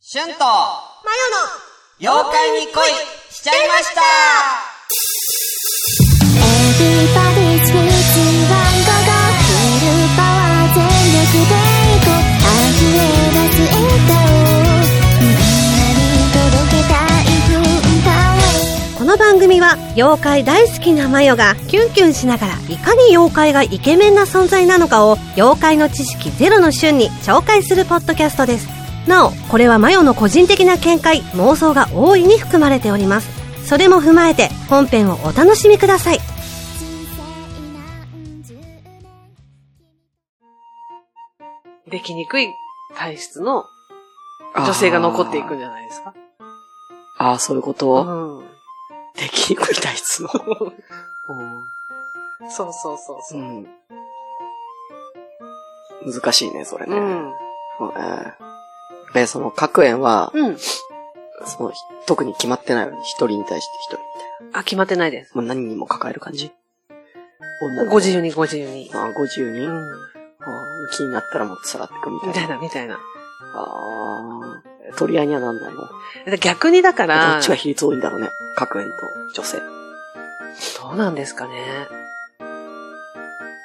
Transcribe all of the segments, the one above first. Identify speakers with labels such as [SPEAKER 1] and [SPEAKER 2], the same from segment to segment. [SPEAKER 1] シュンと、マヨの、妖怪に恋しちゃいました
[SPEAKER 2] Everybody's waiting ワンゴゴフルパワー全力でいこう溢れ出す笑顔をみんなに届けたい文化を
[SPEAKER 3] この番組は妖怪大好きなマヨがキュンキュンしながらいかに妖怪がイケメンな存在なのかを妖怪の知識ゼロの瞬に紹介するポッドキャストですなおこれはマヨの個人的な見解妄想が大いに含まれておりますそれも踏まえて本編をお楽しみください
[SPEAKER 4] できにくい体質の女性が残っていくんじゃないですか。
[SPEAKER 5] あーあー、そういうこ
[SPEAKER 4] う
[SPEAKER 5] と。
[SPEAKER 4] ん。うん。
[SPEAKER 5] できにくい体 質の。
[SPEAKER 4] そうそうそう
[SPEAKER 5] う
[SPEAKER 4] そう。
[SPEAKER 5] ん。難しいね、それ
[SPEAKER 4] う
[SPEAKER 5] ね。
[SPEAKER 4] ん。
[SPEAKER 5] そうねで、その各園は、
[SPEAKER 4] うん。
[SPEAKER 5] その、特に決まってないよね。一人に対して一人みたい
[SPEAKER 4] あ、決まってないです。
[SPEAKER 5] な。もう何人も抱える感じ。女の子
[SPEAKER 4] ご自由にご自由に。
[SPEAKER 5] あー、50
[SPEAKER 4] う
[SPEAKER 5] 人、あ
[SPEAKER 4] ん。
[SPEAKER 5] ー気になったらもうさらっていくみたい
[SPEAKER 4] み
[SPEAKER 5] な。
[SPEAKER 4] たいな、みたいな。
[SPEAKER 5] ああ、取り合いにはなんないの。ど
[SPEAKER 4] 逆にだから、
[SPEAKER 5] っちが比率多いんだろうね。各園と女性。
[SPEAKER 4] どうなんですかね。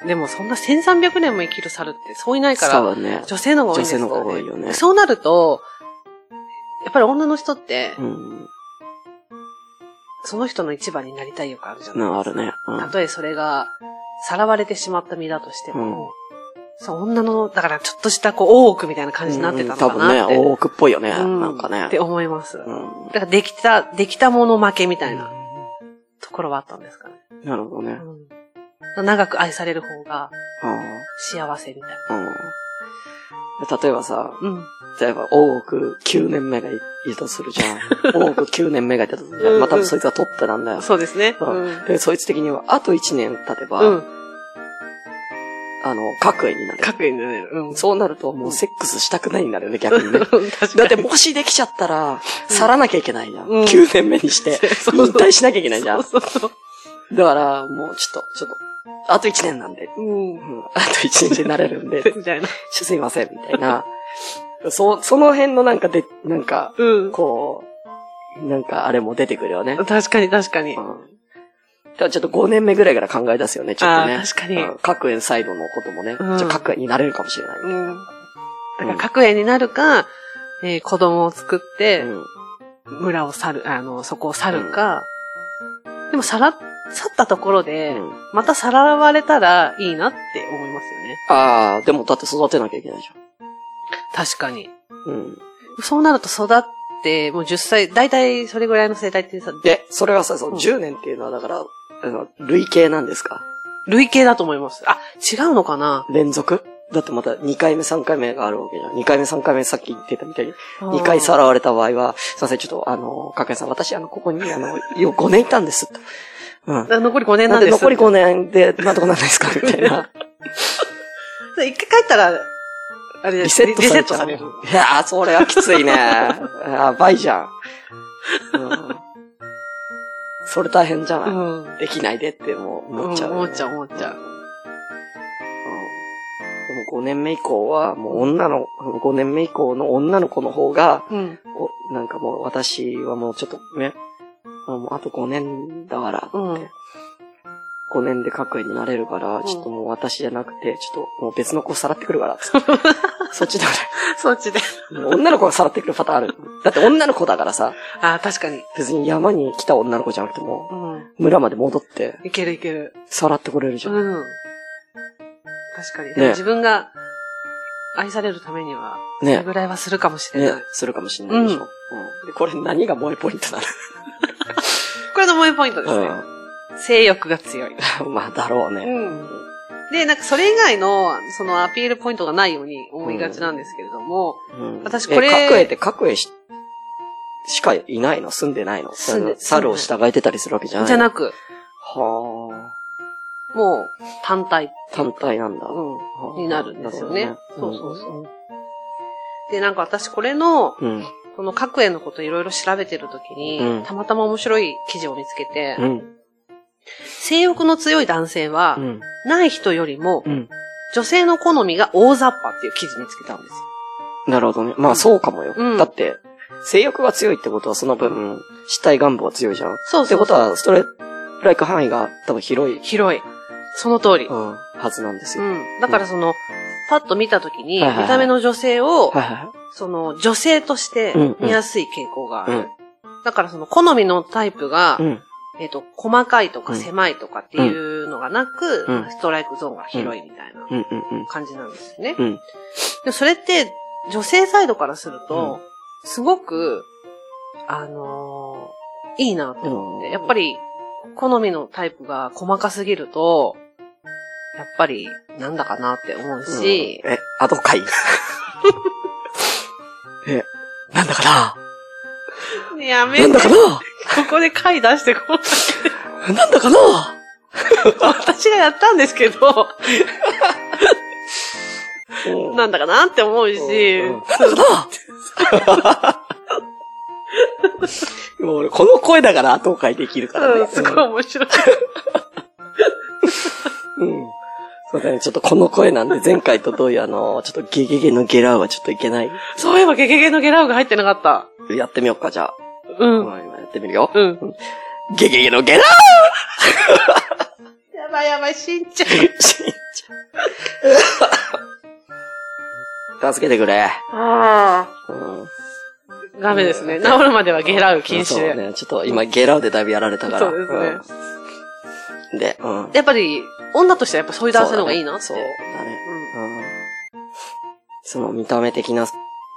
[SPEAKER 4] でもそんな1300年も生きる猿ってそういないから、
[SPEAKER 5] そうだね。
[SPEAKER 4] 女性の方が多いんですよ、ね。
[SPEAKER 5] 女性の方が多いよね
[SPEAKER 4] そうなると、やっぱり女の人って、
[SPEAKER 5] うん。
[SPEAKER 4] その人の一番になりたい欲あるじゃない
[SPEAKER 5] なあるね。うん。
[SPEAKER 4] たとえそれが、さらわれてしまった身だとしても、
[SPEAKER 5] うん
[SPEAKER 4] そう、女の、だからちょっとした、こう、大奥みたいな感じになってたのかなっ
[SPEAKER 5] うん多
[SPEAKER 4] て。
[SPEAKER 5] 分ね、大奥っぽいよね。
[SPEAKER 4] うん
[SPEAKER 5] なんかね。
[SPEAKER 4] って思います。だ
[SPEAKER 5] うん。
[SPEAKER 4] からできた、できたもの負けみたいなところはあったんですかね。
[SPEAKER 5] なるほどね。
[SPEAKER 4] うん長く愛される方が
[SPEAKER 5] う
[SPEAKER 4] 幸せみたいな。
[SPEAKER 5] ん。うん。例えばさ、
[SPEAKER 4] うん。
[SPEAKER 5] 例えば、大奥9年目がいたとするじ ゃん。大奥9年目がいたとするじゃ。
[SPEAKER 4] うんうんん
[SPEAKER 5] まあ、多分そいつはトップなんだよ。
[SPEAKER 4] そうですね。
[SPEAKER 5] う
[SPEAKER 4] うん。
[SPEAKER 5] で、そいつ的には、あと1年経てば、
[SPEAKER 4] うん。
[SPEAKER 5] あの、各位になる。
[SPEAKER 4] 各にね、うん。
[SPEAKER 5] そうなると、もうセックスしたくないんだよね、逆 にね。
[SPEAKER 4] 確
[SPEAKER 5] だ
[SPEAKER 4] か
[SPEAKER 5] って、
[SPEAKER 4] に。
[SPEAKER 5] もしできちゃったら、去らなきゃいけないじゃん。
[SPEAKER 4] うん
[SPEAKER 5] 9年目にして、
[SPEAKER 4] そう
[SPEAKER 5] 引退しなきゃいけないじゃん。
[SPEAKER 4] そうそうそう。
[SPEAKER 5] だから、もうちょっと、ちょっと、あと1年なんで、
[SPEAKER 4] うん
[SPEAKER 5] う。んあと1年でなれるんで、
[SPEAKER 4] みたいな。
[SPEAKER 5] すいません、みたいな。そ、その辺のなんかで、なんか、
[SPEAKER 4] うん。
[SPEAKER 5] こう、なんかあれも出てくるよね。
[SPEAKER 4] 確かに確かに
[SPEAKER 5] う。ん。ただちょっと5年目ぐらいから考え出すよね、ちょっ
[SPEAKER 4] あ
[SPEAKER 5] と
[SPEAKER 4] あ
[SPEAKER 5] ね
[SPEAKER 4] ー、。確かに。
[SPEAKER 5] うん各園サイドのこともね、
[SPEAKER 4] うん
[SPEAKER 5] じゃあ各園になれるかもしれない。
[SPEAKER 4] うん。だか
[SPEAKER 5] う
[SPEAKER 4] ら、
[SPEAKER 5] ん
[SPEAKER 4] 各園になるか、えー子供を作って、
[SPEAKER 5] うん
[SPEAKER 4] 村を去る、あの、そこを去るか、でも、さら、去ったところで、
[SPEAKER 5] うん
[SPEAKER 4] またさらわれたらいいなって思いますよね。
[SPEAKER 5] ああ、でもだって育てなきゃいけないじ
[SPEAKER 4] 確かに。
[SPEAKER 5] ゃん。うん。
[SPEAKER 4] そうなると育って、もう10歳、だいたいそれぐらいの世代ってさ、
[SPEAKER 5] で、それはさ、そ
[SPEAKER 4] うん
[SPEAKER 5] の10年っていうのはだから、あの累計なんですか
[SPEAKER 4] 累計だと思います。あ、違うのかな
[SPEAKER 5] 連続だってまた2回目3回目があるわけじゃん。2回目3回目さっき言ってたみたいに、2回さ
[SPEAKER 4] ら。
[SPEAKER 5] らわれた場合は、すいません、ちょっとあの、かけさん、私あの、ここに あの、よ5年いたんですと。うん。
[SPEAKER 4] あ残り5年な
[SPEAKER 5] なん
[SPEAKER 4] ん
[SPEAKER 5] で
[SPEAKER 4] です。
[SPEAKER 5] 残り5年で、なんとかなんないですかみたい な。
[SPEAKER 4] 一回帰ったら、あれ
[SPEAKER 5] リ
[SPEAKER 4] で
[SPEAKER 5] セ
[SPEAKER 4] す
[SPEAKER 5] ット
[SPEAKER 4] リ
[SPEAKER 5] さ
[SPEAKER 4] セッ
[SPEAKER 5] れち
[SPEAKER 4] ト
[SPEAKER 5] ゃ
[SPEAKER 4] さ
[SPEAKER 5] う。
[SPEAKER 4] れる。
[SPEAKER 5] いやー、それはきついね。やばいじゃん。うん、それ大変じゃ
[SPEAKER 4] う
[SPEAKER 5] ない、
[SPEAKER 4] ん。
[SPEAKER 5] できないでってもう思っちゃう、
[SPEAKER 4] うん思っちゃう思っちゃう
[SPEAKER 5] うん。でも5年目以降は、もう女の、5年目以降の女の子の方が、
[SPEAKER 4] うん。
[SPEAKER 5] こうなんかもう私はもうちょっとね、あもうあと5年だから、
[SPEAKER 4] うん。
[SPEAKER 5] 5年で各園になれるから、
[SPEAKER 4] ん
[SPEAKER 5] ちょっともう私じゃなくて、ちょっともう別の子さらってく るから、つってそっちだ
[SPEAKER 4] そっちで。
[SPEAKER 5] から。女の子がさらってくるパターンある。だって女の子だからさ、
[SPEAKER 4] あー、確かに。
[SPEAKER 5] 別に山に来た女の子じゃなくても、
[SPEAKER 4] うん。
[SPEAKER 5] 村まで戻って、
[SPEAKER 4] いけるいける。
[SPEAKER 5] さらってこれるじゃん。
[SPEAKER 4] うん。確かに。でも
[SPEAKER 5] ね
[SPEAKER 4] 自分が愛されるためには、それ
[SPEAKER 5] ね。
[SPEAKER 4] ぐらいはするかもしれ
[SPEAKER 5] ね
[SPEAKER 4] ない。、
[SPEAKER 5] するかもしれないでしょ。
[SPEAKER 4] うん
[SPEAKER 5] うんで、これ何が萌えポイントな
[SPEAKER 4] これの萌えポイントですね。性欲が強い。
[SPEAKER 5] のまあ、だろう
[SPEAKER 4] う
[SPEAKER 5] ね。
[SPEAKER 4] ん。で、なんかそれ以外の、そのアピールポイントがないように思いがちなんですけれども、
[SPEAKER 5] うん
[SPEAKER 4] 私これ
[SPEAKER 5] え各栄って各栄ししかいないの住んでないの
[SPEAKER 4] 住んで
[SPEAKER 5] 猿を従えてたりするわけじゃない
[SPEAKER 4] じゃ
[SPEAKER 5] の
[SPEAKER 4] なく、
[SPEAKER 5] は
[SPEAKER 4] もう単体。
[SPEAKER 5] あ。単体なんだ。
[SPEAKER 4] うん。
[SPEAKER 5] はあ
[SPEAKER 4] になるんですよね
[SPEAKER 5] なるほどね
[SPEAKER 4] そうそうそうで、なんか私これの、
[SPEAKER 5] うん。
[SPEAKER 4] この各園のこといろいろ調べてるときに、
[SPEAKER 5] うん
[SPEAKER 4] たまたま面白い記事を見つけて、
[SPEAKER 5] うん。
[SPEAKER 4] 性欲の強い男性は
[SPEAKER 5] う、ん。
[SPEAKER 4] ない人よりも、
[SPEAKER 5] うん。
[SPEAKER 4] 女性の好みが大雑把っていう記事見つけたんですよ。
[SPEAKER 5] なるほどね。まあ、そうかもよ。
[SPEAKER 4] うん
[SPEAKER 5] だって、性欲が強いってことはその分、死体願望は強いじゃん。
[SPEAKER 4] そうそうそう
[SPEAKER 5] ってことは、ストレライク範囲が多分広い、
[SPEAKER 4] 広い。その通り。
[SPEAKER 5] うん、はずなんです
[SPEAKER 4] う
[SPEAKER 5] よ。
[SPEAKER 4] ん。だからその、パッと見たときに、
[SPEAKER 5] はいはいはい
[SPEAKER 4] 見た目の女性を、
[SPEAKER 5] はいはいは
[SPEAKER 4] その、女性として
[SPEAKER 5] うんうん
[SPEAKER 4] 見やすい傾向がある。
[SPEAKER 5] うん
[SPEAKER 4] だからその、好みのタイプが、
[SPEAKER 5] い。うん。
[SPEAKER 4] えっ、と、細かいと
[SPEAKER 5] う
[SPEAKER 4] か
[SPEAKER 5] ん
[SPEAKER 4] 狭いとかっていうのがなく、
[SPEAKER 5] うん
[SPEAKER 4] ストライクゾーンが広いみたいな
[SPEAKER 5] うんうんうん。
[SPEAKER 4] 感じなんですね。
[SPEAKER 5] うん。
[SPEAKER 4] でそれって、女性サイドからすると、すごく、あのーいいなって思って、
[SPEAKER 5] うん
[SPEAKER 4] やっぱり、好みのタイプが細かすぎると、やっぱり、なんだかなって思うし、
[SPEAKER 5] うんえ、ア ドカイえ、なんだかな
[SPEAKER 4] やめ
[SPEAKER 5] なんだかな
[SPEAKER 4] ここで回出して こう。
[SPEAKER 5] なんだかな
[SPEAKER 4] 私がやったんですけど、なんだかなって思うし、
[SPEAKER 5] うんなんだかな もう俺、この声だから後をできるからね。
[SPEAKER 4] うんすごい面白い。
[SPEAKER 5] うん。そうだね、ちょっとこの声なんで、前回と同様、あの、ちょっとゲゲゲのゲラウはちょっといけない。
[SPEAKER 4] そういえばゲゲゲのゲラウが入ってなかった。
[SPEAKER 5] やってみようか、じゃあ。
[SPEAKER 4] うん。
[SPEAKER 5] うん今やってみるよ。
[SPEAKER 4] うん。
[SPEAKER 5] ゲゲゲのゲラウ
[SPEAKER 4] やばいやばい、しんちゃん。
[SPEAKER 5] しんちゃん。助けてくれ。
[SPEAKER 4] あ
[SPEAKER 5] うん。
[SPEAKER 4] あ。ダメですね。治るまではゲラウ禁止
[SPEAKER 5] そう
[SPEAKER 4] で。
[SPEAKER 5] ね、ちょっと今ゲラウでだいぶやられたから。
[SPEAKER 4] そうですね
[SPEAKER 5] うんで、うん。
[SPEAKER 4] やっぱり、女としてはやっぱそういう男性の方がいいなって。
[SPEAKER 5] そうだね。
[SPEAKER 4] うん
[SPEAKER 5] うん。その見た目的な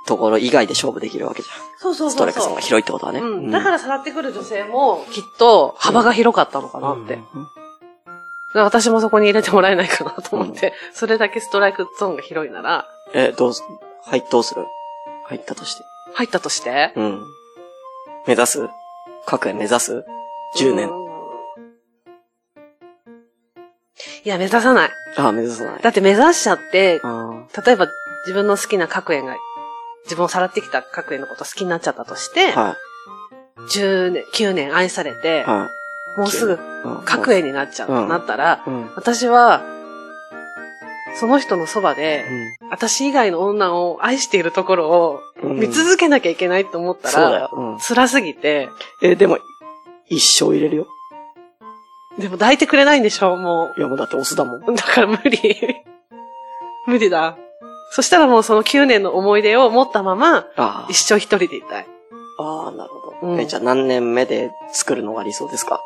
[SPEAKER 5] ところ以外で勝負できるわけじゃ。
[SPEAKER 4] そうそうん
[SPEAKER 5] スト
[SPEAKER 4] そう
[SPEAKER 5] ライクさん
[SPEAKER 4] そ
[SPEAKER 5] が広いってことはね。
[SPEAKER 4] う。うん。だからさらってくる女性も、きっと、幅が広かったのかなって。だから私もそこに入れてもらえないかなと思って、それだけストライクゾーンが広いなら、
[SPEAKER 5] え、どうす、はい、どうする入ったとして。
[SPEAKER 4] 入ったとして、
[SPEAKER 5] うん。目指す各園目指す ?10 年。
[SPEAKER 4] うん。いや、目指さない。
[SPEAKER 5] ああ、目指さない。
[SPEAKER 4] だって目指しちゃって、
[SPEAKER 5] あ
[SPEAKER 4] 例えば自分の好きな各園が、自分をさらってきた各園のこと好きになっちゃったとして、
[SPEAKER 5] あ。は
[SPEAKER 4] 10年、9年愛されて
[SPEAKER 5] い。、は
[SPEAKER 4] もうすぐ
[SPEAKER 5] い。うん
[SPEAKER 4] 各園になっちゃう、
[SPEAKER 5] うん
[SPEAKER 4] なったら、
[SPEAKER 5] うん。
[SPEAKER 4] 私は、その人のそばで、私以外の女を愛しているところを
[SPEAKER 5] うん
[SPEAKER 4] 見続けなきゃいけないと思った
[SPEAKER 5] そうだ
[SPEAKER 4] ら
[SPEAKER 5] よ、。うん
[SPEAKER 4] 辛すぎて、
[SPEAKER 5] え、でも、一生入れるよ。
[SPEAKER 4] でも抱いてくれないんでしょ、も
[SPEAKER 5] いや、もうだってオスだもん。
[SPEAKER 4] う。だから無理。 無理だ。そしたらもうその9年の思い出を持ったまま、
[SPEAKER 5] あ
[SPEAKER 4] 一生一人でいたい。
[SPEAKER 5] あ。ああ、なるほど。
[SPEAKER 4] うん
[SPEAKER 5] え、じゃあ何年目で作るのが理想ですか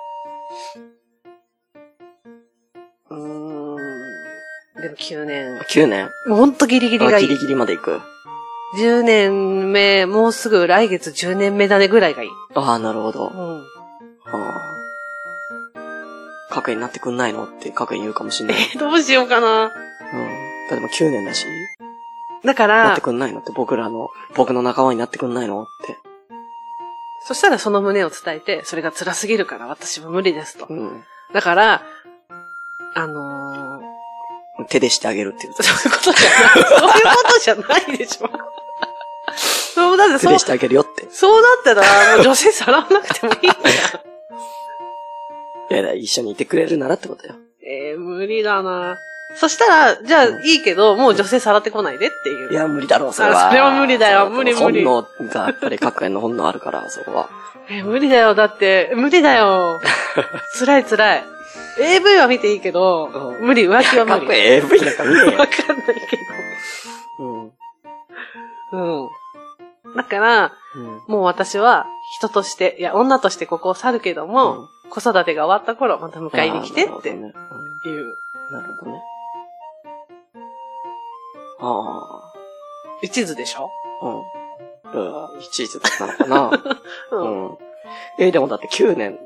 [SPEAKER 4] うーん。でも9年。
[SPEAKER 5] ?9 年
[SPEAKER 4] もうほんとギリギリが
[SPEAKER 5] あ
[SPEAKER 4] い
[SPEAKER 5] ギ
[SPEAKER 4] い
[SPEAKER 5] リ。ギリまで行く。
[SPEAKER 4] 10年目、もうすぐ来月10年目だねぐらいがいい。
[SPEAKER 5] ああ、なるほど。
[SPEAKER 4] うん。
[SPEAKER 5] ああ。各園になってくんないのって各園言うか もしんない。
[SPEAKER 4] えどうしようかな。
[SPEAKER 5] うん。だってもう9年だし。
[SPEAKER 4] だか
[SPEAKER 5] なっ
[SPEAKER 4] ら
[SPEAKER 5] て、くんないのって僕らの、僕の仲間になってくんないのって。
[SPEAKER 4] そしたらその胸を伝えて、それが辛すぎるから私は無理ですと
[SPEAKER 5] う。ん。
[SPEAKER 4] だから、あのー、
[SPEAKER 5] 手でしてあげるっていう。
[SPEAKER 4] そういうことじゃない。そういうことじゃないでしょ。そうだって、
[SPEAKER 5] 手
[SPEAKER 4] そう
[SPEAKER 5] でし、てあげるよって。
[SPEAKER 4] そうだったら、もう女性さらわなくてもいいんだよ。
[SPEAKER 5] いやいや、一緒にいてくれるならってことよ。
[SPEAKER 4] えー、無理だな。そしたら、じゃあ、いいけど、もう女性さらってこないでっていう。
[SPEAKER 5] いや、無理だろう、それは。
[SPEAKER 4] あそれは無理だよ
[SPEAKER 5] そう
[SPEAKER 4] 無理無理
[SPEAKER 5] 本能が、やっぱり各園の本能あるから、そこは。
[SPEAKER 4] えー無理だよ、だって、無理だよ。 辛い辛い。AV は見ていいけど、
[SPEAKER 5] うん
[SPEAKER 4] 無理、浮気は 無
[SPEAKER 5] 各
[SPEAKER 4] 理。
[SPEAKER 5] 園 AV なんか見ね
[SPEAKER 4] わかんないけ
[SPEAKER 5] えよ。
[SPEAKER 4] ど。うん。だから、
[SPEAKER 5] うん。うん。
[SPEAKER 4] もう私は、人として、いや、女としてここを去るけども、子育てが終わった頃、また迎えに来てって
[SPEAKER 5] あー
[SPEAKER 4] い
[SPEAKER 5] な
[SPEAKER 4] う。
[SPEAKER 5] るほどねうんなるほどね。あ
[SPEAKER 4] 一途でしょ
[SPEAKER 5] あ。うん。うん。いちいちだったのかな。
[SPEAKER 4] う
[SPEAKER 5] うん。えでもだって9年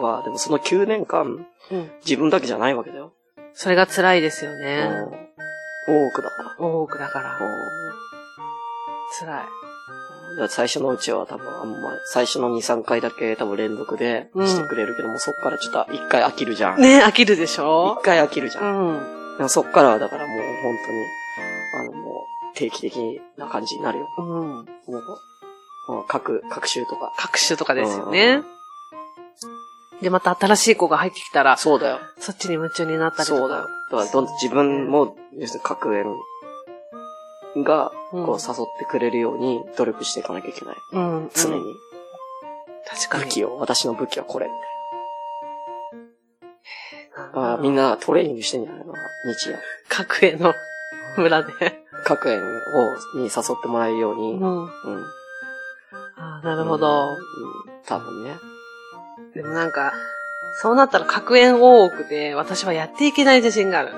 [SPEAKER 5] は、でもその9年間、
[SPEAKER 4] うん
[SPEAKER 5] 自分だけじゃないわけだよ。
[SPEAKER 4] それが辛いですよ
[SPEAKER 5] う
[SPEAKER 4] ね。
[SPEAKER 5] ん。多くだから。
[SPEAKER 4] 多くだから。辛い。
[SPEAKER 5] うんだから最初のうちは多分、あんま、最初の2、3回だけ多分連続でしてくれるけども、そっからちょっと1回飽きるじゃん。
[SPEAKER 4] ね飽きるでし
[SPEAKER 5] 1
[SPEAKER 4] ょ
[SPEAKER 5] 回飽きるじゃ。
[SPEAKER 4] うんん。
[SPEAKER 5] でもそっからはだからもう本当に、あのもう、定期的な感じになるよ。
[SPEAKER 4] うん。
[SPEAKER 5] もう、もう各、各週とか。
[SPEAKER 4] 各種とかですよね。で、また新しい子が入ってきたら、
[SPEAKER 5] そうだよ。
[SPEAKER 4] そっちに夢中になったりとか。
[SPEAKER 5] そうだよ。だから、どんどん自分も、要するに各園が、
[SPEAKER 4] うん
[SPEAKER 5] こう誘ってくれるように努力していかなきゃいけない。
[SPEAKER 4] うん。
[SPEAKER 5] 常に。。
[SPEAKER 4] 確か
[SPEAKER 5] 武
[SPEAKER 4] に。
[SPEAKER 5] 器を、私の武器はこれ。あーみんなトレーニングしてんじゃないの日夜。
[SPEAKER 4] 格への村で。
[SPEAKER 5] 各園を、に誘ってもらえるように。うん。
[SPEAKER 4] ん。あーな
[SPEAKER 5] な
[SPEAKER 4] るほど。
[SPEAKER 5] 多分ね。
[SPEAKER 4] でもなんか、そうなったら格縁多くで、私はやっていけない自信がある。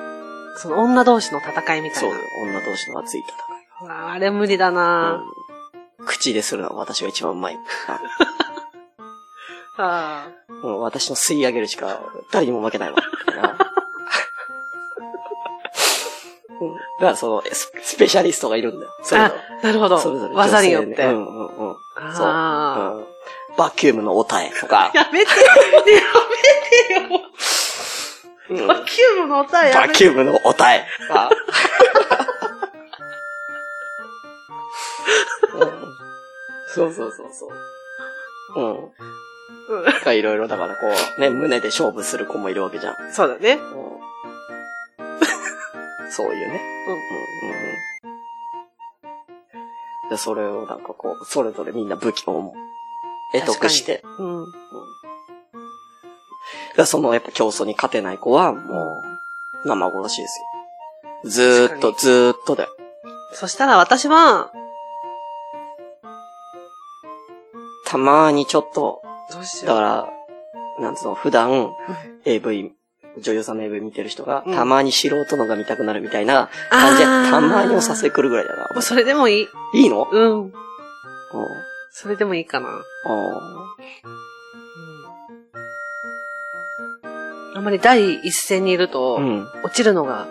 [SPEAKER 4] その女同士の戦いみた
[SPEAKER 5] そ
[SPEAKER 4] いうな。、
[SPEAKER 5] 女同士の熱い戦い。
[SPEAKER 4] うわあれ無理だな、
[SPEAKER 5] うん口でするのは私が一番う まい。
[SPEAKER 4] あー
[SPEAKER 5] もう私の吸い上げるしか、誰にも負けないわ。みたいなうんだからその、ススペシャリストがいるんだよ。それぞ
[SPEAKER 4] なるほ
[SPEAKER 5] れ
[SPEAKER 4] ど。
[SPEAKER 5] それぞれ女性
[SPEAKER 4] 技によって。
[SPEAKER 5] ねうんうんうん。そう
[SPEAKER 4] あ
[SPEAKER 5] うんバキュームのおたえとか
[SPEAKER 4] ー。やめて、やめてよ。
[SPEAKER 5] うん
[SPEAKER 4] バキュームの音はや
[SPEAKER 5] バ
[SPEAKER 4] めて。
[SPEAKER 5] キュームのおたえとか。うんそうそうそうそう。うん。がいろいろだからこう、ね、胸で勝負する子もいるわけじゃん。
[SPEAKER 4] うんそうだね。
[SPEAKER 5] うん そういうね。うん。うんうん。で、それをなんかこう、それぞれみんな武器を得得して。
[SPEAKER 4] うん。
[SPEAKER 5] で、そのやっぱ競争に勝てない子は、もう、生殺しですよ。ずーっと、
[SPEAKER 4] 確かに
[SPEAKER 5] ずーっとだよ。
[SPEAKER 4] そしたら私は、
[SPEAKER 5] たまーにちょっと、
[SPEAKER 4] どうし
[SPEAKER 5] だ
[SPEAKER 4] よ
[SPEAKER 5] から、なんつうの、普段、AV、女優さんの AV 見てる人が、
[SPEAKER 4] うん
[SPEAKER 5] たまに素人のが見たくなるみたいな
[SPEAKER 4] う。
[SPEAKER 5] 感じで、
[SPEAKER 4] あー
[SPEAKER 5] たまにおさせ来るぐらいだよ
[SPEAKER 4] もう
[SPEAKER 5] な。
[SPEAKER 4] それでもいい。
[SPEAKER 5] いいの
[SPEAKER 4] うん。
[SPEAKER 5] うん
[SPEAKER 4] それでもいいかな。
[SPEAKER 5] あ
[SPEAKER 4] あんまり第一線にいると、
[SPEAKER 5] ーうん。
[SPEAKER 4] 落ちるのが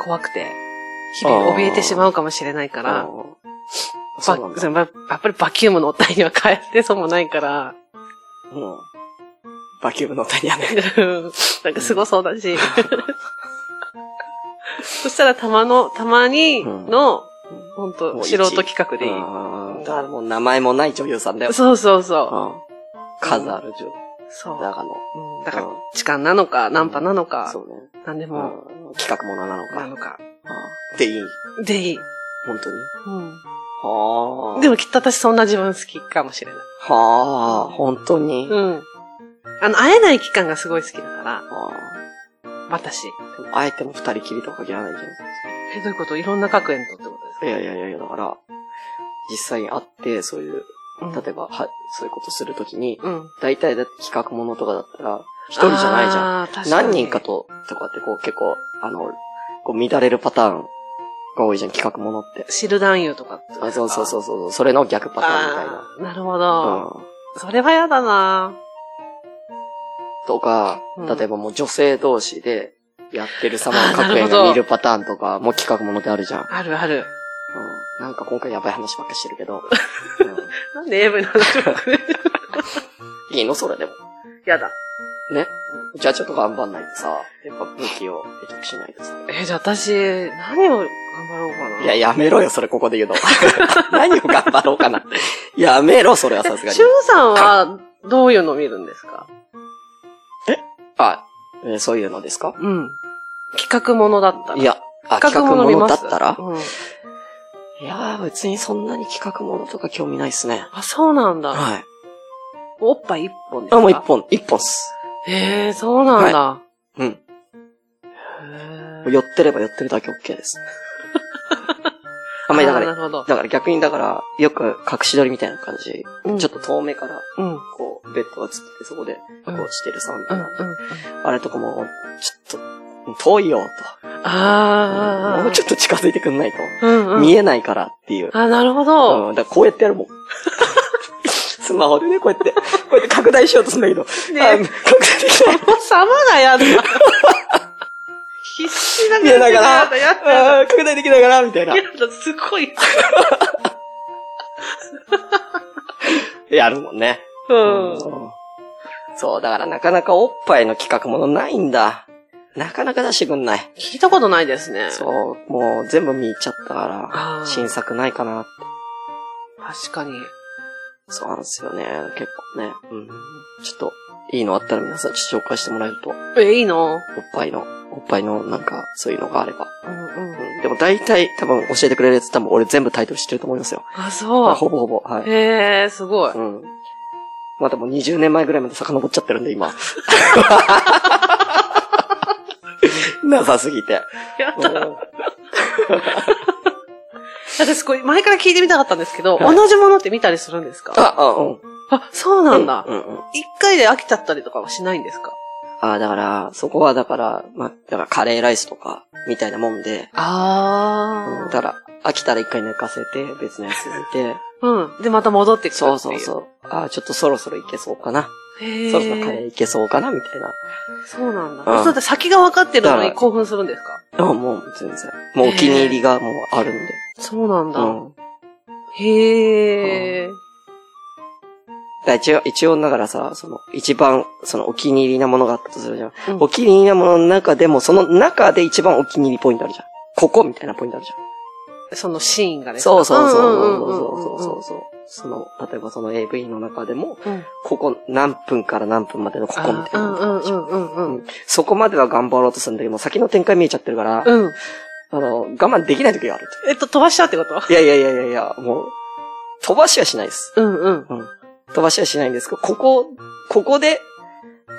[SPEAKER 4] 怖くて、日々怯えてしまうかもしれないか
[SPEAKER 5] あ
[SPEAKER 4] ら、
[SPEAKER 5] ーそ
[SPEAKER 4] ば
[SPEAKER 5] うなんだ。
[SPEAKER 4] やっぱやっぱりバキュームのお体には変えてそうもないから、
[SPEAKER 5] うんバキュームの谷はね。
[SPEAKER 4] なんか凄そうだし。そしたらたまの、たまにの、ほん
[SPEAKER 5] も
[SPEAKER 4] と、
[SPEAKER 5] う
[SPEAKER 4] 素
[SPEAKER 5] 一
[SPEAKER 4] 人企画でいい。
[SPEAKER 5] うんだからもう名前もない女優さんだよ。
[SPEAKER 4] そうそうそう。
[SPEAKER 5] うん数ある女優
[SPEAKER 4] そう。
[SPEAKER 5] だからの。
[SPEAKER 4] うんだから、痴漢なのか、ナンパなのか
[SPEAKER 5] そ、うね。
[SPEAKER 4] なんでも、
[SPEAKER 5] うん企画ものなの
[SPEAKER 4] な
[SPEAKER 5] か。
[SPEAKER 4] のか。
[SPEAKER 5] でいい。
[SPEAKER 4] でいい。
[SPEAKER 5] 本当に。
[SPEAKER 4] う
[SPEAKER 5] はあ。
[SPEAKER 4] ん。でもきっと私そんな自分好きかもしれない。
[SPEAKER 5] はあ、本当に。あ
[SPEAKER 4] うん。あの、会えない期間がすごい好きだから、
[SPEAKER 5] あ
[SPEAKER 4] 私。
[SPEAKER 5] でもあえても二人きりとは限らないじ
[SPEAKER 4] え、どういうこといろんな各園とってことです
[SPEAKER 5] ゃん。いやいやいやいや、だから、実際に会って、そういう、
[SPEAKER 4] うん
[SPEAKER 5] 例えば、は、そういうことするときに、
[SPEAKER 4] かうん。
[SPEAKER 5] 大体だって企画ものとかだったら、一人じゃないじゃん。
[SPEAKER 4] ゃん
[SPEAKER 5] 何人か。と、とかってこう結構、あの、こう乱れるパターンが多いじゃん、企画ものって。
[SPEAKER 4] 知る男優とかってこと
[SPEAKER 5] あ
[SPEAKER 4] です
[SPEAKER 5] そ
[SPEAKER 4] か
[SPEAKER 5] うそうそうそう、それの逆パターンみたいな。
[SPEAKER 4] あーなるほど。
[SPEAKER 5] うん
[SPEAKER 4] それはやだな
[SPEAKER 5] とか
[SPEAKER 4] うん、
[SPEAKER 5] 例えばもう女性同士でやってる様を
[SPEAKER 4] あー
[SPEAKER 5] 各
[SPEAKER 4] なる
[SPEAKER 5] 園
[SPEAKER 4] ほど
[SPEAKER 5] が見るパターンとか、もう企画ものってあるじゃん。
[SPEAKER 4] あるある。
[SPEAKER 5] うんなんか今回やばい話ばっかしてるけ ど。
[SPEAKER 4] なんで AV の話 を
[SPEAKER 5] うんいいのそれでも。
[SPEAKER 4] やだ。
[SPEAKER 5] ね。じゃあちょっと頑張んないとさ、やっぱ武器を得得しないとさ。
[SPEAKER 4] え、じゃあ私、何を頑張ろうかな。
[SPEAKER 5] いや、やめろよ、それここで言うの。 何を頑張ろうか な。やめろ、それはさすがに
[SPEAKER 4] シュ。ンさんは、どういうの見るんですか
[SPEAKER 5] あ、えーそういうのですか
[SPEAKER 4] うん。企画ものだったら。
[SPEAKER 5] い、や、あ、
[SPEAKER 4] 企
[SPEAKER 5] 企
[SPEAKER 4] 画も
[SPEAKER 5] 画
[SPEAKER 4] の
[SPEAKER 5] も
[SPEAKER 4] 見
[SPEAKER 5] の
[SPEAKER 4] ま
[SPEAKER 5] だ
[SPEAKER 4] す
[SPEAKER 5] ったら
[SPEAKER 4] うん。
[SPEAKER 5] いやー、別にそんなに企画ものとか興味ないっすね。
[SPEAKER 4] あ、そうなんだ。
[SPEAKER 5] はい。
[SPEAKER 4] おっぱい一本ですか
[SPEAKER 5] あ、もう一本、一本っす。
[SPEAKER 4] へえ、そうなんだ。
[SPEAKER 5] うん。
[SPEAKER 4] へえ
[SPEAKER 5] 寄ってれば寄ってるだけ OK です。あんまりだか
[SPEAKER 4] あー
[SPEAKER 5] ら、
[SPEAKER 4] なるほど。
[SPEAKER 5] だから逆にだから、よく隠し撮りみたいな感じ。
[SPEAKER 4] うん
[SPEAKER 5] ちょっと遠目から、
[SPEAKER 4] うん。
[SPEAKER 5] こう、ベッドが映ってて、そこで、こ
[SPEAKER 4] うん
[SPEAKER 5] うしてるさ、み
[SPEAKER 4] う
[SPEAKER 5] たい
[SPEAKER 4] ん。
[SPEAKER 5] な。
[SPEAKER 4] うん。
[SPEAKER 5] あれとかも、ちょっと、遠いよ、と。
[SPEAKER 4] ああ。
[SPEAKER 5] もうちょっと近づいてくんないと。
[SPEAKER 4] うんうん。
[SPEAKER 5] 見えないからっていう。
[SPEAKER 4] あ、なるほど。
[SPEAKER 5] うん、だからこうやってやるもん。 スマホでね、こうやって、こうやって拡大しようとするんだけど、
[SPEAKER 4] ね
[SPEAKER 5] あ拡大できない。
[SPEAKER 4] 様がや だ。必死な感じで
[SPEAKER 5] 見えないかな
[SPEAKER 4] やだ、やだ。
[SPEAKER 5] あー拡大できないから、みたいな
[SPEAKER 4] や。だ、すごい。
[SPEAKER 5] やるもんね。
[SPEAKER 4] うん。
[SPEAKER 5] そう、だからなかなかおっぱいの企画ものないんだ。なかなか出してくんない。
[SPEAKER 4] 聞いたことないですね。
[SPEAKER 5] そう、もう全部見入っちゃったか
[SPEAKER 4] あー
[SPEAKER 5] ら、新作ないかなって。
[SPEAKER 4] 確かに。
[SPEAKER 5] そうなんですよね。結構ね。うん。ちょっと、いいのあったら皆さんちょっと紹介してもらえると、おっ
[SPEAKER 4] え、いいの
[SPEAKER 5] ぱいの、おっぱいのなんか、そういうのがあれば。
[SPEAKER 4] うんうん。
[SPEAKER 5] うん。でも大体多分教えてくれるやつ多分俺全部タイトル知ってると思いますよ。
[SPEAKER 4] あ、
[SPEAKER 5] ま
[SPEAKER 4] そ
[SPEAKER 5] あ
[SPEAKER 4] う。
[SPEAKER 5] ほぼほぼ。はい。
[SPEAKER 4] へえ、すごい。
[SPEAKER 5] うん。まあでも20年前ぐらいまで遡っちゃってるん で、今。なさすぎて。
[SPEAKER 4] やった。
[SPEAKER 5] も
[SPEAKER 4] 私これ前から聞いてみたかったんですけど、
[SPEAKER 5] はい
[SPEAKER 4] 同じものって見たりするんです
[SPEAKER 5] う
[SPEAKER 4] か
[SPEAKER 5] あ、あ、うん。
[SPEAKER 4] あ、そうなんだ。
[SPEAKER 5] うんうん。
[SPEAKER 4] 一回で飽きちゃったりとかはしないんですか
[SPEAKER 5] あだから、そこはだから、まあ、だからカレーライスとか、みたいなもんで、うん
[SPEAKER 4] あ
[SPEAKER 5] だから、飽きたら一回寝かせて、別のやつ見 て、
[SPEAKER 4] あ。うん。で、また戻ってくるってい。
[SPEAKER 5] そううそうそう。あちょっとそろそろいけそうかな。
[SPEAKER 4] う。へえ。
[SPEAKER 5] そろそろカレーいけそうかな、みたいな。
[SPEAKER 4] そうなんだ。
[SPEAKER 5] うん
[SPEAKER 4] そうだって先が分かってるの
[SPEAKER 5] だか
[SPEAKER 4] に
[SPEAKER 5] ら
[SPEAKER 4] 興奮するんですか
[SPEAKER 5] あもう、全然。もうお気に入りがもうあるんで。
[SPEAKER 4] そうなんだ。
[SPEAKER 5] うん。
[SPEAKER 4] へえ。
[SPEAKER 5] だから一応、一応ながらさ、その、一番、その、お気に入りなものがあったとするじゃん。
[SPEAKER 4] うん
[SPEAKER 5] お気に入りなものの中でも、その中で一番お気に入りポイントあるじゃん。ここみたいなポイントあるじゃん。
[SPEAKER 4] そのシーンがね。
[SPEAKER 5] そうそうそう
[SPEAKER 4] うんうんうん
[SPEAKER 5] そうそううんそううんそう。その、例えばその AV の中でも、
[SPEAKER 4] うん
[SPEAKER 5] ここ何分から何分までのここみたいなの
[SPEAKER 4] う
[SPEAKER 5] があ
[SPEAKER 4] ん
[SPEAKER 5] る
[SPEAKER 4] う
[SPEAKER 5] じゃん。
[SPEAKER 4] んうんうんうん。
[SPEAKER 5] そこまでは頑張ろうとするんだけど、先の展開見えちゃってるから、
[SPEAKER 4] うん。
[SPEAKER 5] あの、我慢できない時があると。
[SPEAKER 4] えっと、飛ばしちゃうってこと
[SPEAKER 5] いやいやいやいやいや、もう、飛ばしはしないです。
[SPEAKER 4] うんうん。
[SPEAKER 5] 飛ばしはしないんですけど、ここ、ここで、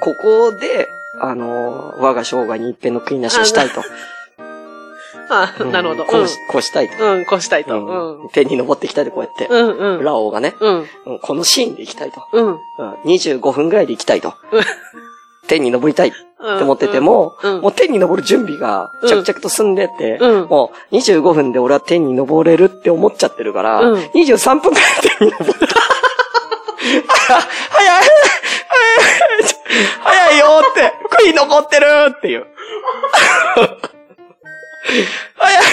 [SPEAKER 5] ここで、あのー、我が生涯に一遍の悔いなしをしたいと。
[SPEAKER 4] あ
[SPEAKER 5] う、ん
[SPEAKER 4] な るほど。
[SPEAKER 5] こ
[SPEAKER 4] う
[SPEAKER 5] うし、こうしたいと。
[SPEAKER 4] ん。うん、こうしたいと。
[SPEAKER 5] う。
[SPEAKER 4] うん
[SPEAKER 5] 天に登っていきたいと、こうやって。
[SPEAKER 4] ん。うんうん。
[SPEAKER 5] ラオウがね、
[SPEAKER 4] うん。
[SPEAKER 5] うんこのシーンで行きたいと。
[SPEAKER 4] うん。
[SPEAKER 5] うん、25分ぐらいで行きたいと
[SPEAKER 4] うん。
[SPEAKER 5] 天に登りたいって思ってても、
[SPEAKER 4] うん、
[SPEAKER 5] もう天に登る準備が着々と進んでって、
[SPEAKER 4] うん
[SPEAKER 5] もう25分で俺は天に登れるって思っちゃってるから、
[SPEAKER 4] うん
[SPEAKER 5] 23分くらいで天に登った。早い早い早いよーって、悔い残ってるーっていう。早い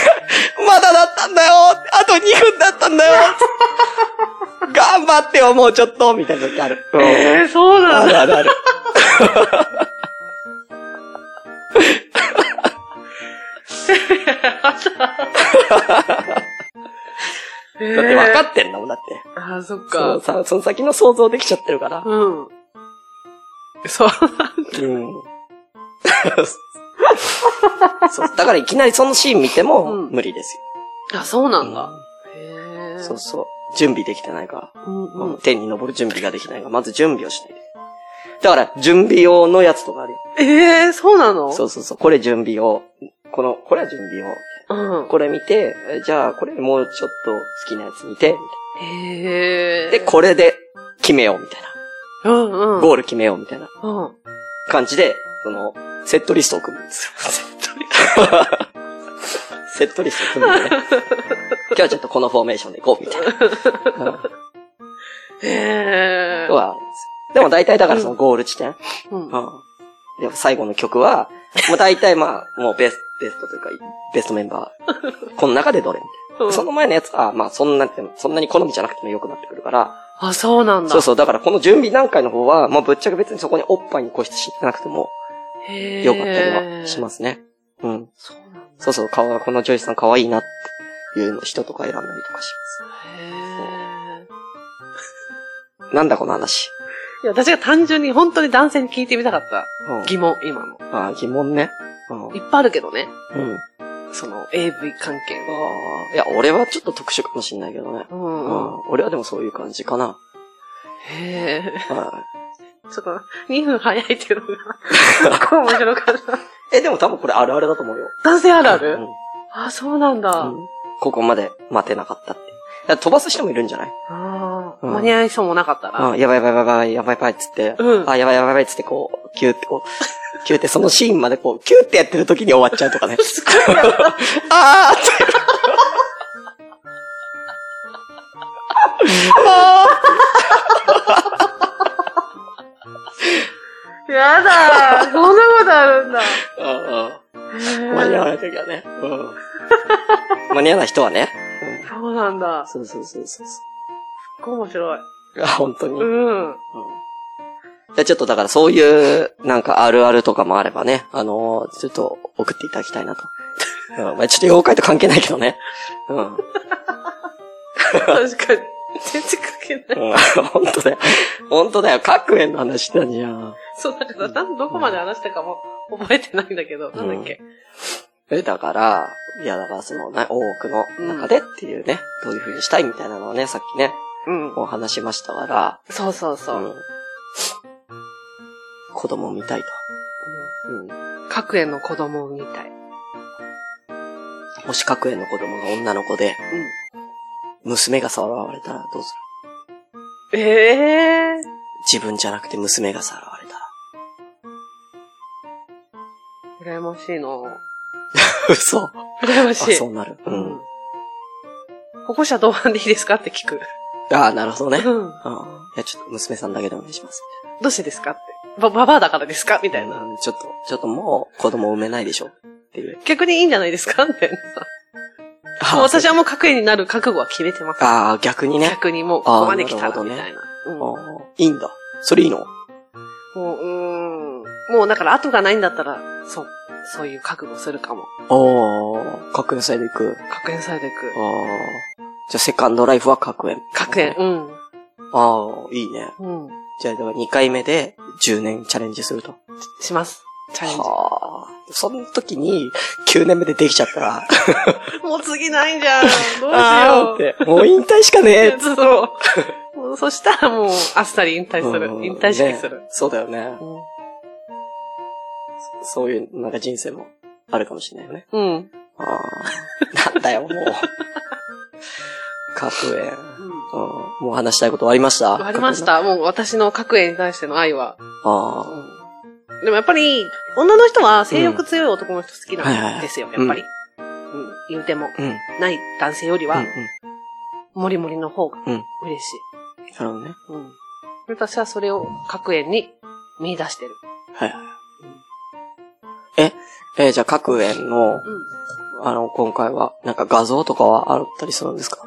[SPEAKER 5] まだだったんだよーあと2分だったんだよー頑張ってよ、もうちょっとみたいな時ある。うん
[SPEAKER 4] えー、そうな
[SPEAKER 5] あ
[SPEAKER 4] んだ。
[SPEAKER 5] るあるある。だって分かってんだもん、だって。
[SPEAKER 4] えーあー、そっ
[SPEAKER 5] そ
[SPEAKER 4] か。
[SPEAKER 5] のさその先の想像できちゃってるから。
[SPEAKER 4] うん。そう。
[SPEAKER 5] うん。そうだからいきなりそのシーン見ても
[SPEAKER 4] うん
[SPEAKER 5] 無理です
[SPEAKER 4] あ、そう
[SPEAKER 5] よ。
[SPEAKER 4] なんだ。へ
[SPEAKER 5] う
[SPEAKER 4] え。
[SPEAKER 5] んそうそう。準備できてないから。
[SPEAKER 4] うんうん。
[SPEAKER 5] 天に登る準備ができないから、まず準備をしない。だから、準備用のやつとかあるよ。
[SPEAKER 4] えー、そうなの。
[SPEAKER 5] そううそうそう。これ準備用。この、これは準備用。
[SPEAKER 4] うん。
[SPEAKER 5] これ見て、えじゃあこれもうちょっと好きなやつ見て、み
[SPEAKER 4] へえ。
[SPEAKER 5] たいなで、これで決めよう、みたい
[SPEAKER 4] うんう
[SPEAKER 5] な。
[SPEAKER 4] ん。
[SPEAKER 5] ゴール決めよう、みたいな
[SPEAKER 4] うん。
[SPEAKER 5] 感じで、その、セットリストを組むんですよ。 セットリストを組んでね。今日はちょっとこのフォーメーションでいこう、みた いな。うん
[SPEAKER 4] へえ
[SPEAKER 5] と。はあるんですよ。でも大体だからそのゴール地点。
[SPEAKER 4] うん
[SPEAKER 5] うん。でも最後の曲は、もう大体まあ、もうベスト、ベストというか、ベストメンバー。この中でどれみたい
[SPEAKER 4] うん
[SPEAKER 5] な。その前のやつは、まあそんなに、そんなに好みじゃなくても良くなってくるから、
[SPEAKER 4] あ、そうなんだ。
[SPEAKER 5] そうそう。だからこの準備段階の方は、まあぶっちゃけ別にそこにおっぱいに固執してなくても
[SPEAKER 4] へえ。
[SPEAKER 5] 良かったりはしますね。うん。
[SPEAKER 4] そうなんだ。
[SPEAKER 5] そうそう。顔がこの女優さん可愛いなっていう人とか選んだりとかし
[SPEAKER 4] へえ。
[SPEAKER 5] ます。なんだこの話。
[SPEAKER 4] いや、私が単純に本当に男性に聞いてみたかった
[SPEAKER 5] うん。
[SPEAKER 4] 疑問、今の。
[SPEAKER 5] ああ疑問ね。うん。
[SPEAKER 4] いっぱいあるけどね。
[SPEAKER 5] うん。
[SPEAKER 4] その AV 関係
[SPEAKER 5] あ
[SPEAKER 4] の。
[SPEAKER 5] あ、いや、俺はちょっと特殊かもしんないけどね。う
[SPEAKER 4] うん。
[SPEAKER 5] ん。俺はでもそういう感じかな。
[SPEAKER 4] へえ。
[SPEAKER 5] は
[SPEAKER 4] ちょっと、2分早いっていうのが、 すっごい面白かった。
[SPEAKER 5] い。え、でも多分これあるあるだと思うよ。
[SPEAKER 4] 男性あるある、
[SPEAKER 5] うん
[SPEAKER 4] あ、そうなんだ。
[SPEAKER 5] うんここまで待てなかったって。だから飛ばす人もいるんじゃない
[SPEAKER 4] あー
[SPEAKER 5] うん
[SPEAKER 4] 間に合いそうもなかったら。
[SPEAKER 5] うん、やばいやばいやばいやばいやばいっつって、
[SPEAKER 4] うん
[SPEAKER 5] あ、やばいやばいやばいっつってこう、キューってこう、キューってそのシーンまでこう、キューってやってる時に終わっちゃうとかね。あーって。
[SPEAKER 4] やだーそんなことあるんだ。
[SPEAKER 5] うんうん間に合わない時はね。うん間に合わない人はね。
[SPEAKER 4] そうなん
[SPEAKER 5] う
[SPEAKER 4] だ
[SPEAKER 5] ん。。そうそうそうそうそ
[SPEAKER 4] すっごい面白い。
[SPEAKER 5] う。あ、本当に。うん
[SPEAKER 4] うん。
[SPEAKER 5] じゃあちょっとだからそういう、なんかあるあるとかもあればね、あのーちょっと送っていただきたいなと。うんまあ、ちょっと妖怪と関係ないけどね。うん。うん、
[SPEAKER 4] 確かに。全然関係ない。
[SPEAKER 5] 本当だよ。本当だよ。各園の話してたじゃん。
[SPEAKER 4] そう、だから、なんどこまで話したかも覚えてないんだけど、なんだっけ。
[SPEAKER 5] えだから、いや、だからその、な多くの中でっていうね、どういう風にしたいみたいなのはね、さっきね、
[SPEAKER 4] うん。
[SPEAKER 5] もう話しましたから、
[SPEAKER 4] そうそうそう。
[SPEAKER 5] うん子供を見たいと。うん。
[SPEAKER 4] 各園の子供を見たい。
[SPEAKER 5] もし各園の子供が女の子で、娘がさらわれたらどうす
[SPEAKER 4] ええ
[SPEAKER 5] る自分じゃなくて娘がさらわれたら。
[SPEAKER 4] ー。羨ましいな
[SPEAKER 5] 嘘あ、
[SPEAKER 4] 羨ましい。
[SPEAKER 5] そうなる。うん。
[SPEAKER 4] 保護者同伴でいいですかって聞く。
[SPEAKER 5] ああ、なるほどね。うん。い
[SPEAKER 4] うん。
[SPEAKER 5] や、ちょっと娘さんだけでお願いします。
[SPEAKER 4] どうしてですかって。ば、ばばあだからですかみたいな。
[SPEAKER 5] うんちょっと、ちょっともう子供産めないでしょっていう。
[SPEAKER 4] 逆にいいんじゃないですかみたいな。
[SPEAKER 5] あ
[SPEAKER 4] もう私
[SPEAKER 5] は。
[SPEAKER 4] はもう各園になる覚悟は決めてます。
[SPEAKER 5] ああ、逆にね。
[SPEAKER 4] 逆にもうここまで来た
[SPEAKER 5] あーなる
[SPEAKER 4] ら、
[SPEAKER 5] ほど
[SPEAKER 4] み
[SPEAKER 5] ね
[SPEAKER 4] たいな。うん。
[SPEAKER 5] あ
[SPEAKER 4] も
[SPEAKER 5] ーいいんだ。それいいの
[SPEAKER 4] う、うーん。もうだから後がないんだったら、そう、そういう覚悟するかも。
[SPEAKER 5] ああ、各園祭で行く。
[SPEAKER 4] 各園されていく
[SPEAKER 5] ああ。。じゃあ、セカンドライフは各園。
[SPEAKER 4] 各園、。
[SPEAKER 5] ああ、いいね。
[SPEAKER 4] うん。うん。
[SPEAKER 5] じゃあ、だから2回目で10年チャレンジすると。
[SPEAKER 4] します。チャレン
[SPEAKER 5] はあ。その時に、9年目でできちゃったら、
[SPEAKER 4] ジ。もう次ないんじ ゃん。
[SPEAKER 5] あ
[SPEAKER 4] どう
[SPEAKER 5] ーっ
[SPEAKER 4] しよ
[SPEAKER 5] て、もう引退しかね
[SPEAKER 4] う
[SPEAKER 5] え
[SPEAKER 4] え。 そう。もうそしたらもう、あっさり引退す
[SPEAKER 5] う
[SPEAKER 4] る。
[SPEAKER 5] ん
[SPEAKER 4] 引退式する
[SPEAKER 5] ね。そうだよね。
[SPEAKER 4] うん
[SPEAKER 5] そういう、なんか人生もあるかもしれないよね。
[SPEAKER 4] うん。
[SPEAKER 5] ああ。なんだよ、もう。各園。うん、もう話したいこと終わりました
[SPEAKER 4] わかりまし。た。もう私の各園に対しての愛は。
[SPEAKER 5] 各園ああ。
[SPEAKER 4] でもやっぱり、女の人は性欲強い男の人好きなんですよ、
[SPEAKER 5] いはい
[SPEAKER 4] やっぱり。うん、言うても、
[SPEAKER 5] うん。うん、うん。
[SPEAKER 4] ない男性よりは、モリモリの方が
[SPEAKER 5] うん
[SPEAKER 4] 嬉し
[SPEAKER 5] なるほどね。
[SPEAKER 4] い。うん。私はそれを各園に見出してる。
[SPEAKER 5] はいはい。え、えーじゃあ各園の、
[SPEAKER 4] うん。
[SPEAKER 5] あの、今回は、なんか画像とかはあったりするんですか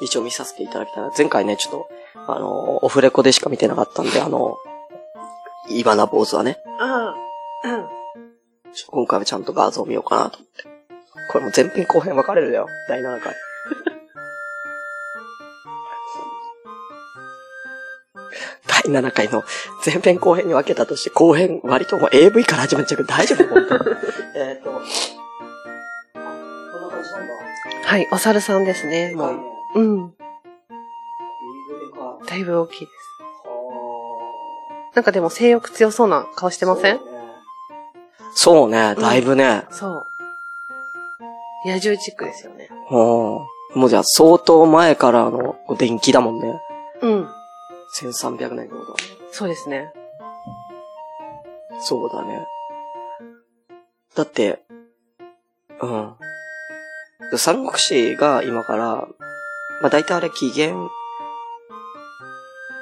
[SPEAKER 5] 一応見させていただきたいな。前回ね、ちょっと、あの、オフレコでしか見てなかったんで、あの、イバナ坊主はね、
[SPEAKER 4] ああ、うん。
[SPEAKER 5] ちょ今回はちゃんと画像見ようかなと思って。これもう前編後編分かれるよ。第7回。 第7回の前編後編に分けたとして、後編割ともう AV から始まっちゃうけど大丈夫本 当にえっと、あこんな感じなんだ。
[SPEAKER 4] はい、お猿さんですね、
[SPEAKER 5] もう、
[SPEAKER 4] もう。うん。
[SPEAKER 5] ビーズか。
[SPEAKER 4] だいぶ大きいです。なんかでも性欲強そうな顔してません
[SPEAKER 5] そうね、だいぶね。
[SPEAKER 4] そう。野獣チックですよね。
[SPEAKER 5] うんもうじゃあ相当前からの電気だもんね。
[SPEAKER 4] うん。
[SPEAKER 5] 1300年ってことだね
[SPEAKER 4] そうですね。
[SPEAKER 5] そうだね。だって、うん。三国志が今から、まあ大体あれ紀元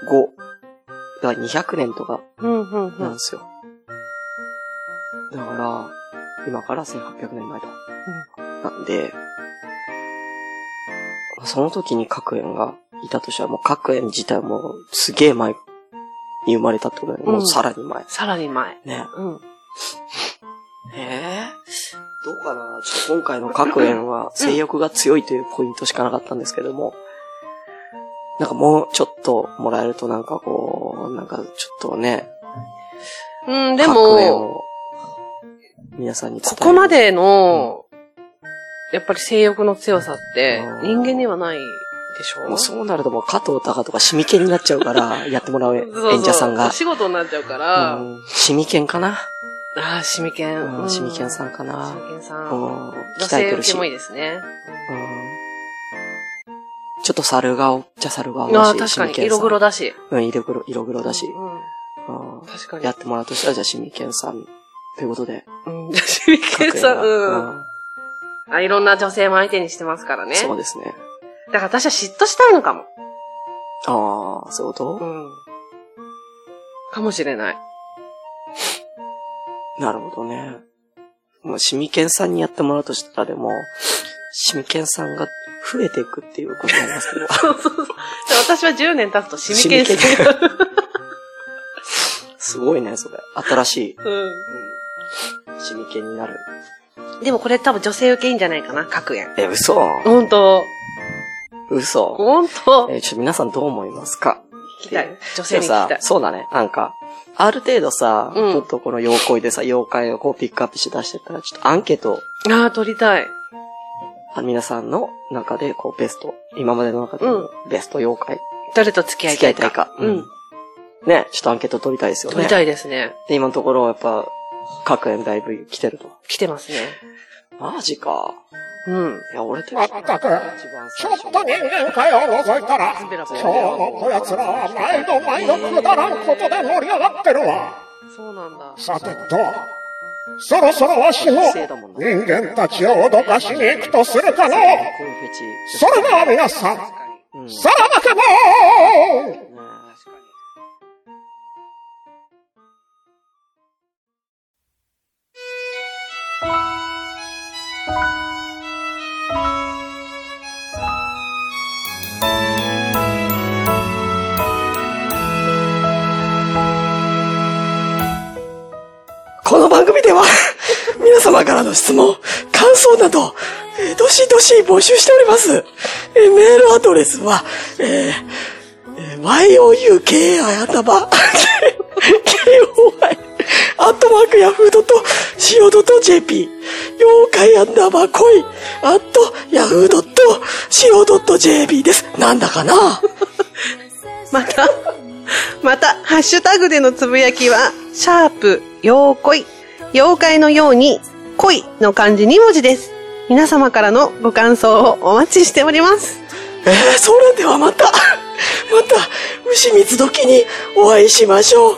[SPEAKER 5] 後、だから200年とか
[SPEAKER 4] うん、うん、う
[SPEAKER 5] なん
[SPEAKER 4] ん。
[SPEAKER 5] ですよ。だから、今から1800年前と。なんで、その時に各園がいたとしたら、もう各園自体もすげえ前に生まれたってことだよね。もうさらに前。
[SPEAKER 4] さらに前。
[SPEAKER 5] ね。
[SPEAKER 4] うん。
[SPEAKER 5] ええどうかなちょっと今回の各園は性欲が強いというポイントしかなかったんですけども、なんかもうちょっともらえるとなんかこう、なんかちょっとね、
[SPEAKER 4] うん、で
[SPEAKER 5] 各園
[SPEAKER 4] も、
[SPEAKER 5] を皆さんに伝え
[SPEAKER 4] こ
[SPEAKER 5] る
[SPEAKER 4] こま、での、やっぱり性欲の強さって
[SPEAKER 5] う、ん
[SPEAKER 4] 人間にはないでし
[SPEAKER 5] も
[SPEAKER 4] ょ
[SPEAKER 5] うそうなるともう加藤隆とかシミケンになっちゃう から、やってもらう演
[SPEAKER 4] そうそう
[SPEAKER 5] 者さんが
[SPEAKER 4] お。仕事になっちゃうか
[SPEAKER 5] う
[SPEAKER 4] ら、
[SPEAKER 5] んシミケンかな
[SPEAKER 4] ああ、シミケン。
[SPEAKER 5] うん
[SPEAKER 4] うん
[SPEAKER 5] シミケンさんかな
[SPEAKER 4] シミケンさ。
[SPEAKER 5] うんん。
[SPEAKER 4] 女
[SPEAKER 5] 鍛え
[SPEAKER 4] 性
[SPEAKER 5] て
[SPEAKER 4] 受
[SPEAKER 5] るし。
[SPEAKER 4] け
[SPEAKER 5] う
[SPEAKER 4] もい
[SPEAKER 5] ん
[SPEAKER 4] いですね。
[SPEAKER 5] ちょっと猿顔っちゃ猿顔だし。
[SPEAKER 4] ああ、確かに。
[SPEAKER 5] シミケンさん
[SPEAKER 4] 色黒だし。
[SPEAKER 5] うん、色黒、色黒だし。
[SPEAKER 4] うん
[SPEAKER 5] うん
[SPEAKER 4] 確かに。
[SPEAKER 5] やってもらうとしたら、じゃあ、シミケンさん。というこ とで。
[SPEAKER 4] うん。シミケンさん、
[SPEAKER 5] 各園が
[SPEAKER 4] うん。あ、いろんな女性も相手にしてますからね。
[SPEAKER 5] そうですね。
[SPEAKER 4] だから私は嫉妬したいのかも。
[SPEAKER 5] ああ、そういうこ
[SPEAKER 4] うん。かもしれない。
[SPEAKER 5] となるほどね。もう、シミケンさんにやってもらうとしたら、でも、シミケンさんが増えていくっていうことになりますけど。
[SPEAKER 4] そうそうそう。私は10年経つとシミケン
[SPEAKER 5] シミ
[SPEAKER 4] さん。
[SPEAKER 5] すごいね、それ。新しい。
[SPEAKER 4] う
[SPEAKER 5] うん。シミケンになる。
[SPEAKER 4] ん。でもこれ多分女性受けいいんじゃないかな、各園。
[SPEAKER 5] え、嘘
[SPEAKER 4] 本当
[SPEAKER 5] 嘘
[SPEAKER 4] 本当
[SPEAKER 5] え、ちょっと皆さんどう思いますか
[SPEAKER 4] 聞きたい。女性
[SPEAKER 5] で
[SPEAKER 4] に
[SPEAKER 5] も
[SPEAKER 4] 聞
[SPEAKER 5] さ
[SPEAKER 4] きたい、。
[SPEAKER 5] そうだね。なんか、ある程度さ、
[SPEAKER 4] うん
[SPEAKER 5] ちょっとこの妖怪でさ、妖怪をこうピックアップして出してったら、ちょっとアンケート
[SPEAKER 4] ああ、撮りたい。
[SPEAKER 5] あ皆さんの中で、こう、ベスト、今までの中でのベスト妖怪、
[SPEAKER 4] 誰と付き合い
[SPEAKER 5] 付き合
[SPEAKER 4] たい
[SPEAKER 5] いた
[SPEAKER 4] か。
[SPEAKER 5] いか。
[SPEAKER 4] う
[SPEAKER 5] うん
[SPEAKER 4] ん。
[SPEAKER 5] ね、ちょっとアンケート取りたいですよね。
[SPEAKER 4] 撮りたいですね。
[SPEAKER 5] で、今のところ、やっぱ、各園だいぶ来てると。
[SPEAKER 4] 来てますね。
[SPEAKER 5] マジか。
[SPEAKER 4] うん。
[SPEAKER 5] いや、俺的に
[SPEAKER 6] まったく、
[SPEAKER 5] 一番
[SPEAKER 6] ち
[SPEAKER 5] 最
[SPEAKER 6] ょっ
[SPEAKER 5] 初。
[SPEAKER 6] と人間界を覗いたら、
[SPEAKER 4] ベラベ
[SPEAKER 6] 今
[SPEAKER 4] ラ
[SPEAKER 6] 日もこやつらは毎度毎度くだらんことで盛り上がってるわ。
[SPEAKER 4] そうなんだ。
[SPEAKER 6] さてと、そろそろわしも
[SPEAKER 5] 生だもんな。
[SPEAKER 6] 人間たちを脅かしに行くとするかの
[SPEAKER 5] コン
[SPEAKER 6] う
[SPEAKER 5] フェチ。
[SPEAKER 6] それでは皆さん、
[SPEAKER 5] うん。ね
[SPEAKER 6] さらばけぼー
[SPEAKER 5] この番組では、皆様からの質問、感想など、えーどしどし募集しております。えーメールアドレスは、えーえー youki あやたば、k-o-i、アットマークヤフードと CO.jp、妖怪アンダーバー恋、アットヤフードと CO.jp です。なんだかな
[SPEAKER 4] また、また、ハッシュタグでのつぶやきは、シャープ、妖怪、妖怪のように、恋の漢字2文字です。皆様からのご感想をお待ちしております。
[SPEAKER 5] えー、それではまた、また、牛三つ時にお会いしましょう。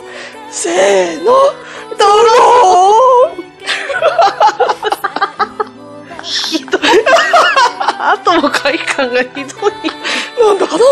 [SPEAKER 5] せーの、ドローン
[SPEAKER 4] あとも快感がひどい。
[SPEAKER 5] なんだかな